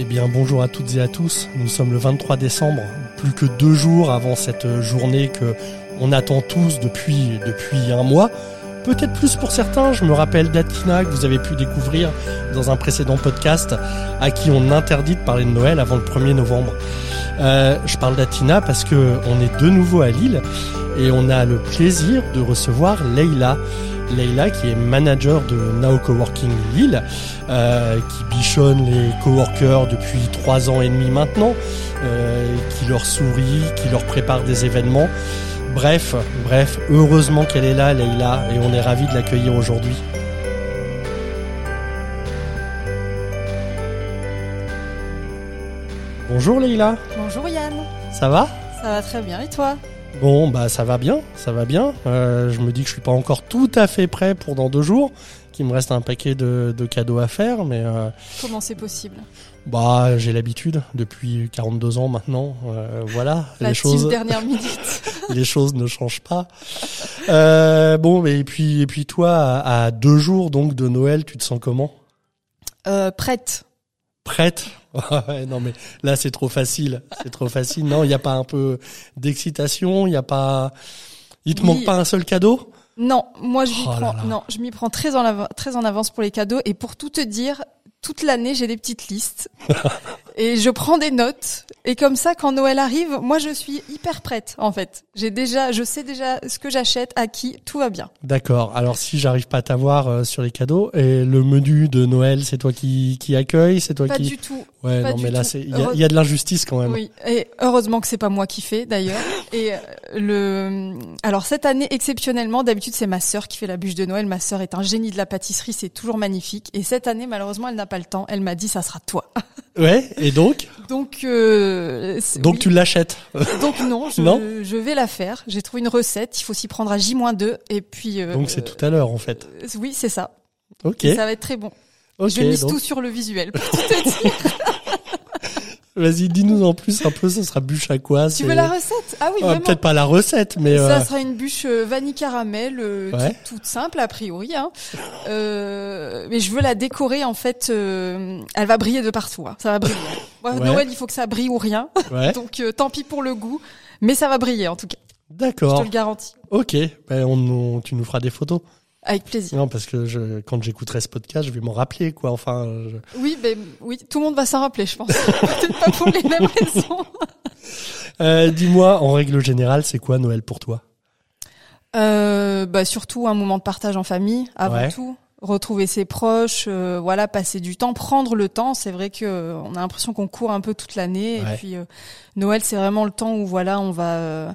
Eh bien bonjour à toutes et à tous, nous sommes le 23 décembre, plus que deux jours avant cette journée que on attend tous depuis, depuis un mois. Peut-être plus pour certains, je me rappelle d'Atina que vous avez pu découvrir dans un précédent podcast, à qui on interdit de parler de Noël avant le 1er novembre. Euh, je parle d'Atina parce que on est de nouveau à Lille et on a le plaisir de recevoir Leila. Leila qui est manager de Now Coworking Lille, euh, qui bichonne les coworkers depuis trois ans et demi maintenant, euh, qui leur sourit, qui leur prépare des événements. Bref, bref, heureusement qu'elle est là, Leila, et on est ravis de l'accueillir aujourd'hui. Bonjour Leila, Bonjour Yann, ça va ça va très bien et toi Bon, bah ça va bien, ça va bien. Euh, je me dis que je suis pas encore tout à fait prêt pour dans deux jours, qu'il me reste un paquet de, de cadeaux à faire, mais euh, Comment c'est possible bah j'ai l'habitude depuis 42 ans maintenant. euh, voilà, La les team choses, dernière minute. les choses ne changent pas. Euh, bon, mais et puis et puis toi, à, à deux jours donc de Noël, tu te sens comment Euh, prête Prête Ouais, Non mais là c'est trop facile, c'est trop facile. Non, il n'y a pas un peu d'excitation, il n'y a pas, il te Oui. manque pas un seul cadeau Non, moi je m'y Oh là prends. là. Non, je m'y prends très en, av- très en avance pour les cadeaux et pour tout te dire, toute l'année j'ai des petites listes et je prends des notes et comme ça quand Noël arrive, moi je suis hyper prête en fait. J'ai déjà, je sais déjà ce que j'achète, à qui, tout va bien. D'accord. Alors si j'arrive pas à t'avoir euh, sur les cadeaux et le menu de Noël, c'est toi qui qui accueille, c'est toi Pas qui du tout. Ouais, pas non du mais là tout. c'est il y, a- il y a de l'injustice quand même. Oui, et heureusement que c'est pas moi qui fais d'ailleurs. Et euh, le, alors cette année exceptionnellement, d'habitude c'est ma sœur qui fait la bûche de Noël. Ma sœur est un génie de la pâtisserie, c'est toujours magnifique. Et cette année, malheureusement, elle n'a pas le temps. Elle m'a dit, ça sera toi. Ouais, et donc Donc, euh, c'est- donc oui. tu l'achètes. donc non, je, Non je vais la faire. J'ai trouvé une recette. Il faut s'y prendre à J-2 et puis. euh, donc c'est tout à l'heure en fait. euh, Oui, c'est ça. OK. Ça va être très bon. OK. je mise donc, tout sur le visuel. pour tout te dire. Vas-y, dis-nous en plus un peu, ça sera bûche à quoi tu c'est- veux la recette Ah oui, Ah, vraiment. peut-être pas la recette mais Ça euh, sera une bûche euh, vanille caramel, euh, Ouais. toute, toute simple a priori. Hein. Euh, mais je veux la décorer en fait. euh, elle va briller de partout. hein. Ça va briller. Moi, Ouais. Noël, il faut que ça brille ou rien. ouais. Donc euh, tant pis pour le goût, mais ça va briller en tout cas. Je D'accord. te le garantis. OK. Ben on, on- tu nous feras des photos. Avec plaisir. Non parce que je quand j'écouterai ce podcast, je vais m'en rappeler quoi. Enfin, je- Oui, ben oui, tout le monde va s'en rappeler, je pense. Peut-être pas pour les mêmes raisons. Euh, dis-moi en règle générale, c'est quoi Noël pour toi Euh, bah surtout un moment de partage en famille avant Ouais. tout retrouver ses proches euh, voilà passer du temps prendre le temps c'est vrai que euh, on a l'impression qu'on court un peu toute l'année Ouais. et puis euh, Noël c'est vraiment le temps où voilà on va euh,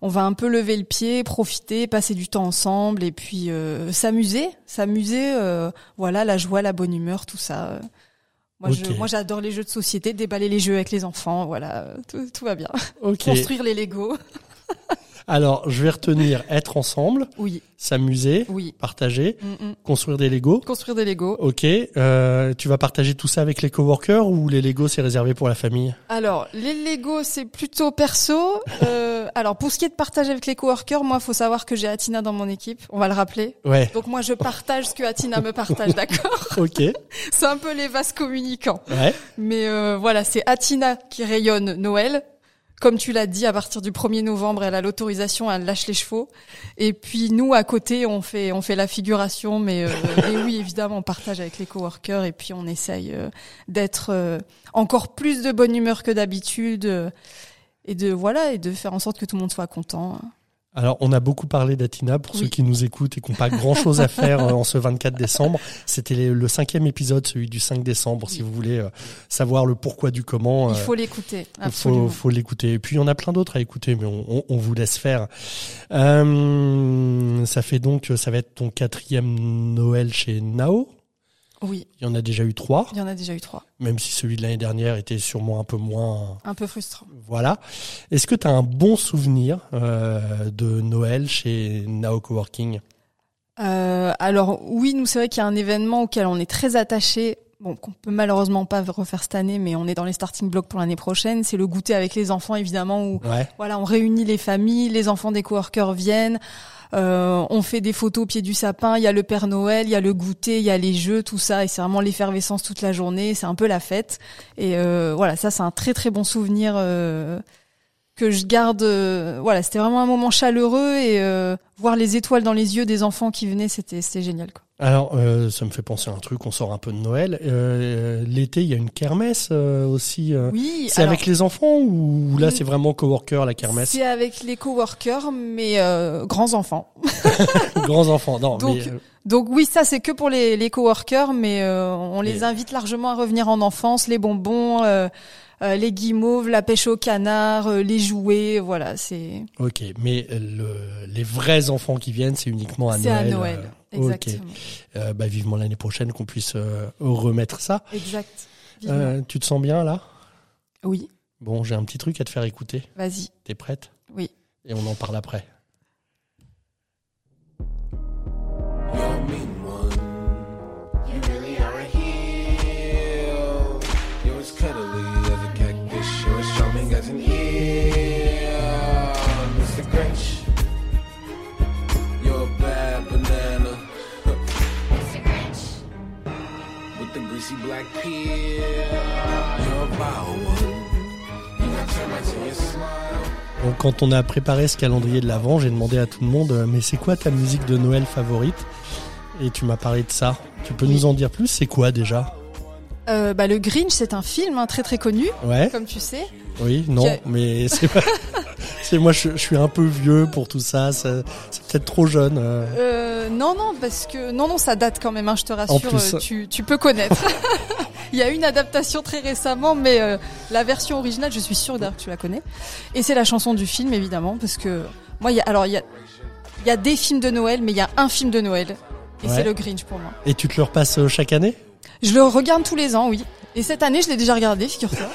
on va un peu lever le pied profiter passer du temps ensemble et puis euh, s'amuser s'amuser euh, voilà la joie la bonne humeur tout ça euh. moi je Ok. moi j'adore les jeux de société déballer les jeux avec les enfants voilà euh, tout, tout va bien Ok. construire les Lego Alors, je vais retenir être ensemble, oui s'amuser, oui partager, Mm, mm. construire des Legos. construire des Lego Ok, euh, tu vas partager tout ça avec les coworkers ou les Legos c'est réservé pour la famille Alors, les Lego, c'est plutôt perso. Euh, alors, pour ce qui est de partage avec les coworkers, moi, faut savoir que j'ai Atina dans mon équipe. On va le rappeler. Ouais, Donc, moi, je partage ce que Atina me partage, d'accord ok, ouais, C'est un peu les vases communicants. Mais euh, voilà, c'est Atina qui rayonne Noël. Comme tu l'as dit, à partir du 1er novembre, elle a l'autorisation, elle lâche les chevaux. Et puis nous, à côté, on fait, on fait la figuration, mais, euh, mais oui, évidemment, on partage avec les coworkers et puis on essaye euh, d'être euh, encore plus de bonne humeur que d'habitude euh, et de voilà et de faire en sorte que tout le monde soit content. Alors, on a beaucoup parlé d'Atina pour ceux Oui. qui nous écoutent et qui n'ont pas grand-chose à faire euh, en ce 24 décembre. C'était les- le cinquième épisode, celui du 5 décembre, si vous voulez euh, savoir le pourquoi du comment. Il euh, faut l'écouter, Il faut, absolument. faut l'écouter. Et puis, il y en a plein d'autres à écouter, mais on, on- on vous laisse faire. Euh, ça fait donc, ça va être ton quatrième Noël chez Nao. Oui, Il y en a déjà eu trois, il y en a déjà eu trois. même si celui de l'année dernière était sûrement un peu moins. Un peu frustrant. Voilà. Est-ce que tu as un bon souvenir euh, de Noël chez Nao Coworking Euh, alors oui, nous c'est vrai qu'il y a un événement auquel on est très attaché. bon, qu'on peut malheureusement pas refaire cette année, mais on est dans les starting blocks pour l'année prochaine. C'est le goûter avec les enfants, évidemment, où Ouais. voilà, on réunit les familles, les enfants des coworkers viennent, euh, on fait des photos au pied du sapin, il y a le Père Noël, il y a le goûter, il y a les jeux, tout ça, et c'est vraiment l'effervescence toute la journée, c'est un peu la fête. Et euh, voilà, ça c'est un très très bon souvenir euh, que je garde. euh, voilà, c'était vraiment un moment chaleureux et euh, voir les étoiles dans les yeux des enfants qui venaient, c'était c'était génial. Quoi. Alors, euh, ça me fait penser à un truc, on sort un peu de Noël. Euh, L'été, il y a une kermesse euh, aussi. euh. Oui, c'est avec les enfants ou là, c'est vraiment coworker, la kermesse c'est avec les coworkers, mais euh, grands enfants. Grands enfants, non, Donc, mais... euh, Donc oui, ça c'est que pour les, les coworkers, mais euh, on les Et- invite largement à revenir en enfance, les bonbons, euh, euh, les guimauves, la pêche au canard, euh, les jouets, voilà, c'est Ok, mais euh, le, les vrais enfants qui viennent, c'est uniquement à c'est Noël. à Noël. euh, ok. Exactement. Euh, bah, vivement l'année prochaine qu'on puisse euh, remettre ça. Exact. Vivement. Euh, tu te sens bien là Oui, Bon, j'ai un petit truc à te faire écouter. vas-y. T'es prête Oui. Et on en parle après. You're a mean one. You really are a heel. You're as cuddly as a cactus. You're as charming as an eel. Mr. Grinch. You're a bad banana. Mr. Grinch. With the greasy black peel. You're a vile one. You got termites in your smile. Donc, quand on a préparé ce calendrier de l'Avent, j'ai demandé à tout le monde euh, Mais c'est quoi ta musique de Noël favorite Et tu m'as parlé de ça. Tu peux nous en dire plus C'est quoi déjà Euh, bah, le Grinch, c'est un film hein, très très connu, Ouais comme tu sais. Oui Non Qui a- Mais c'est pas. c'est moi, je, je suis un peu vieux pour tout ça. ça- C'est peut-être trop jeune. euh. Euh, non, non, parce que non, non, ça date quand même. hein, je te rassure, En plus. euh, tu, tu peux connaître. Il y a eu une adaptation très récemment, mais euh, la version originale, je suis sûre d'ailleurs que tu la connais. Et c'est la chanson du film, évidemment, parce que moi, il y a, alors il y a, il y a des films de Noël, mais il y a un film de Noël, et Ouais. c'est le Grinch pour moi. Et tu te le repasses euh, chaque année Je le regarde tous les ans, oui. Et cette année, je l'ai déjà regardé, figure-toi.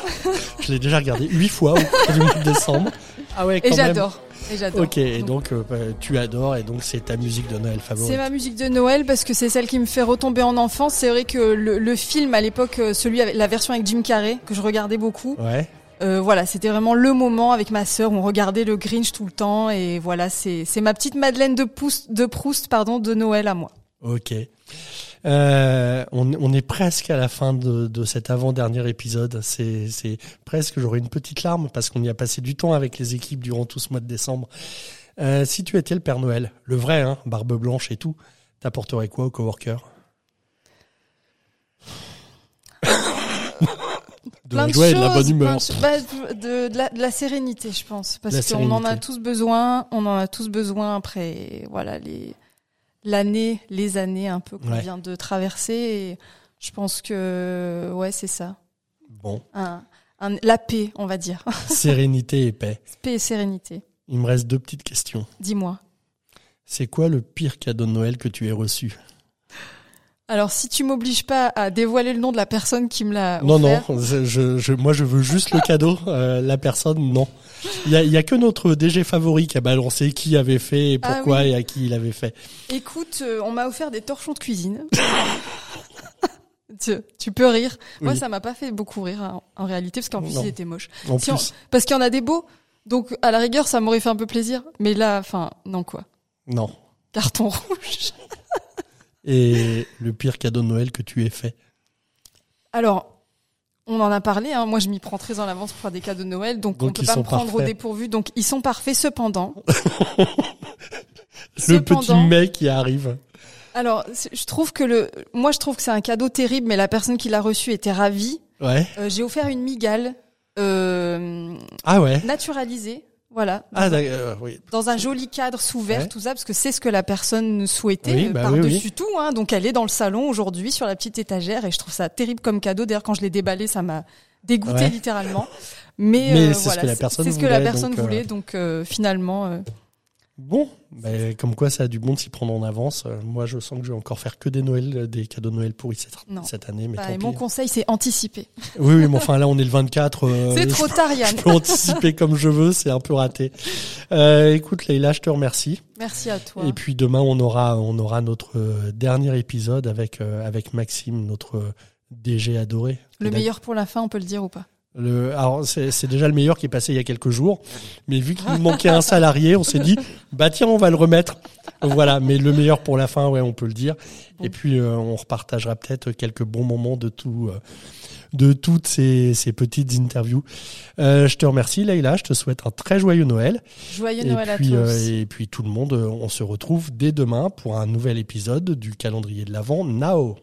Je l'ai déjà regardé huit fois au cours du mois de décembre. Ah ouais, Et quand même. j'adore. Et j'adore. Ok, et donc euh, bah, tu adores, et donc c'est ta musique de Noël favorite. C'est ma musique de Noël parce que c'est celle qui me fait retomber en enfance. C'est vrai que le, le film à l'époque, euh, celui avec la version avec Jim Carrey que je regardais beaucoup. Ouais. Euh, voilà, c'était vraiment le moment avec ma sœur où on regardait le Grinch tout le temps et voilà, c'est c'est ma petite Madeleine de, Poust, de Proust pardon de Noël à moi. Ok. Euh, on, on est presque à la fin de, de cet avant-dernier épisode. C'est c'est presque, j'aurais une petite larme parce qu'on y a passé du temps avec les équipes durant tout ce mois de décembre. Euh, si tu étais le Père Noël, le vrai, hein, barbe blanche et tout, t'apporterais quoi aux coworkers De la joie et de la bonne humeur. plein de- bah, de, de la, de la sérénité, je pense, La parce qu'on en a sérénité. tous besoin. On en a tous besoin après, voilà les l'année, les années un peu qu'on Ouais. vient de traverser. Et je pense que ouais, c'est ça. Bon, un, un- la paix, on va dire. sérénité et paix. paix et sérénité. Il me reste deux petites questions. Dis-moi. C'est quoi le pire cadeau de Noël que tu aies reçu Alors, si tu m'obliges pas à dévoiler le nom de la personne qui me l'a Non, non, offert, je, je- je- moi je veux juste le cadeau, euh, la personne, non. Il y a, il y a que notre DG favori qui a balancé qui avait fait et Ah pourquoi oui. et à qui il avait fait. écoute, euh, on m'a offert des torchons de cuisine. tu, tu peux rire. Moi, Oui. ça m'a pas fait beaucoup rire hein, en réalité, parce qu'en plus, Non. ils étaient moches. En Si on- plus, Parce qu'il y en a des beaux. Donc, à la rigueur, ça m'aurait fait un peu plaisir. Mais là, enfin, non, quoi. non. Carton rouge. Et le pire cadeau de Noël que tu aies fait. Alors, on en a parlé. Hein. Moi, je m'y prends très en avance pour faire des cadeaux de Noël, donc, Donc, on peut ils pas sont me prendre au parfaits. dépourvu. Donc, ils sont parfaits. Cependant, Le petit Cependant- mec qui arrive. Alors, c'est- je trouve que le, moi, je trouve que c'est un cadeau terrible, mais la personne qui l'a reçu était ravie. Ouais. Euh, J'ai offert une migale euh, Ah ouais. naturalisée, voilà, Ah d'accord, oui. dans un joli cadre sous verre, Ouais. tout ça, parce que c'est ce que la personne souhaitait Oui, euh, bah oui, par-dessus tout. Hein, donc, elle est dans le salon aujourd'hui sur la petite étagère, et je trouve ça terrible comme cadeau. D'ailleurs, quand je l'ai déballé, ça m'a dégoûté Ouais. littéralement. Mais, Mais c'est euh, ce voilà, que la c'est- personne c'est ce que la voulait, personne donc, euh, voulait, donc euh, finalement, euh, Bon, bah, comme quoi ça a du bon de s'y prendre en avance. Euh, Moi je sens que je vais encore faire que des Noël, des cadeaux de Noël pourris cette, Non. cette année, mais bah, tant et mon pis. conseil, c'est anticiper. Oui, oui, mais enfin là on est le 24. euh, c'est je trop tard, Yann. Je peux anticiper comme je veux, c'est un peu raté. Euh, écoute, Leïla, je te remercie. Merci à toi. Et puis demain, on aura, on aura notre euh, dernier épisode avec, euh, avec Maxime, notre euh, DG adoré. Le Et d'ac- meilleur pour la fin, on peut le dire ou pas Le, alors c'est c'est déjà le meilleur qui est passé il y a quelques jours, mais vu qu'il nous manquait un salarié, on s'est dit bah tiens on va le remettre. Voilà, mais le meilleur pour la fin, ouais, on peut le dire. Et puis euh, on repartagera peut-être quelques bons moments de tout, euh, de toutes ces, ces petites interviews. Euh, je te remercie, Leïla. Je te souhaite un très joyeux Noël. Joyeux et Noël puis à tous. euh, et puis tout le monde, euh, on se retrouve dès demain pour un nouvel épisode du calendrier de l'avant Nao.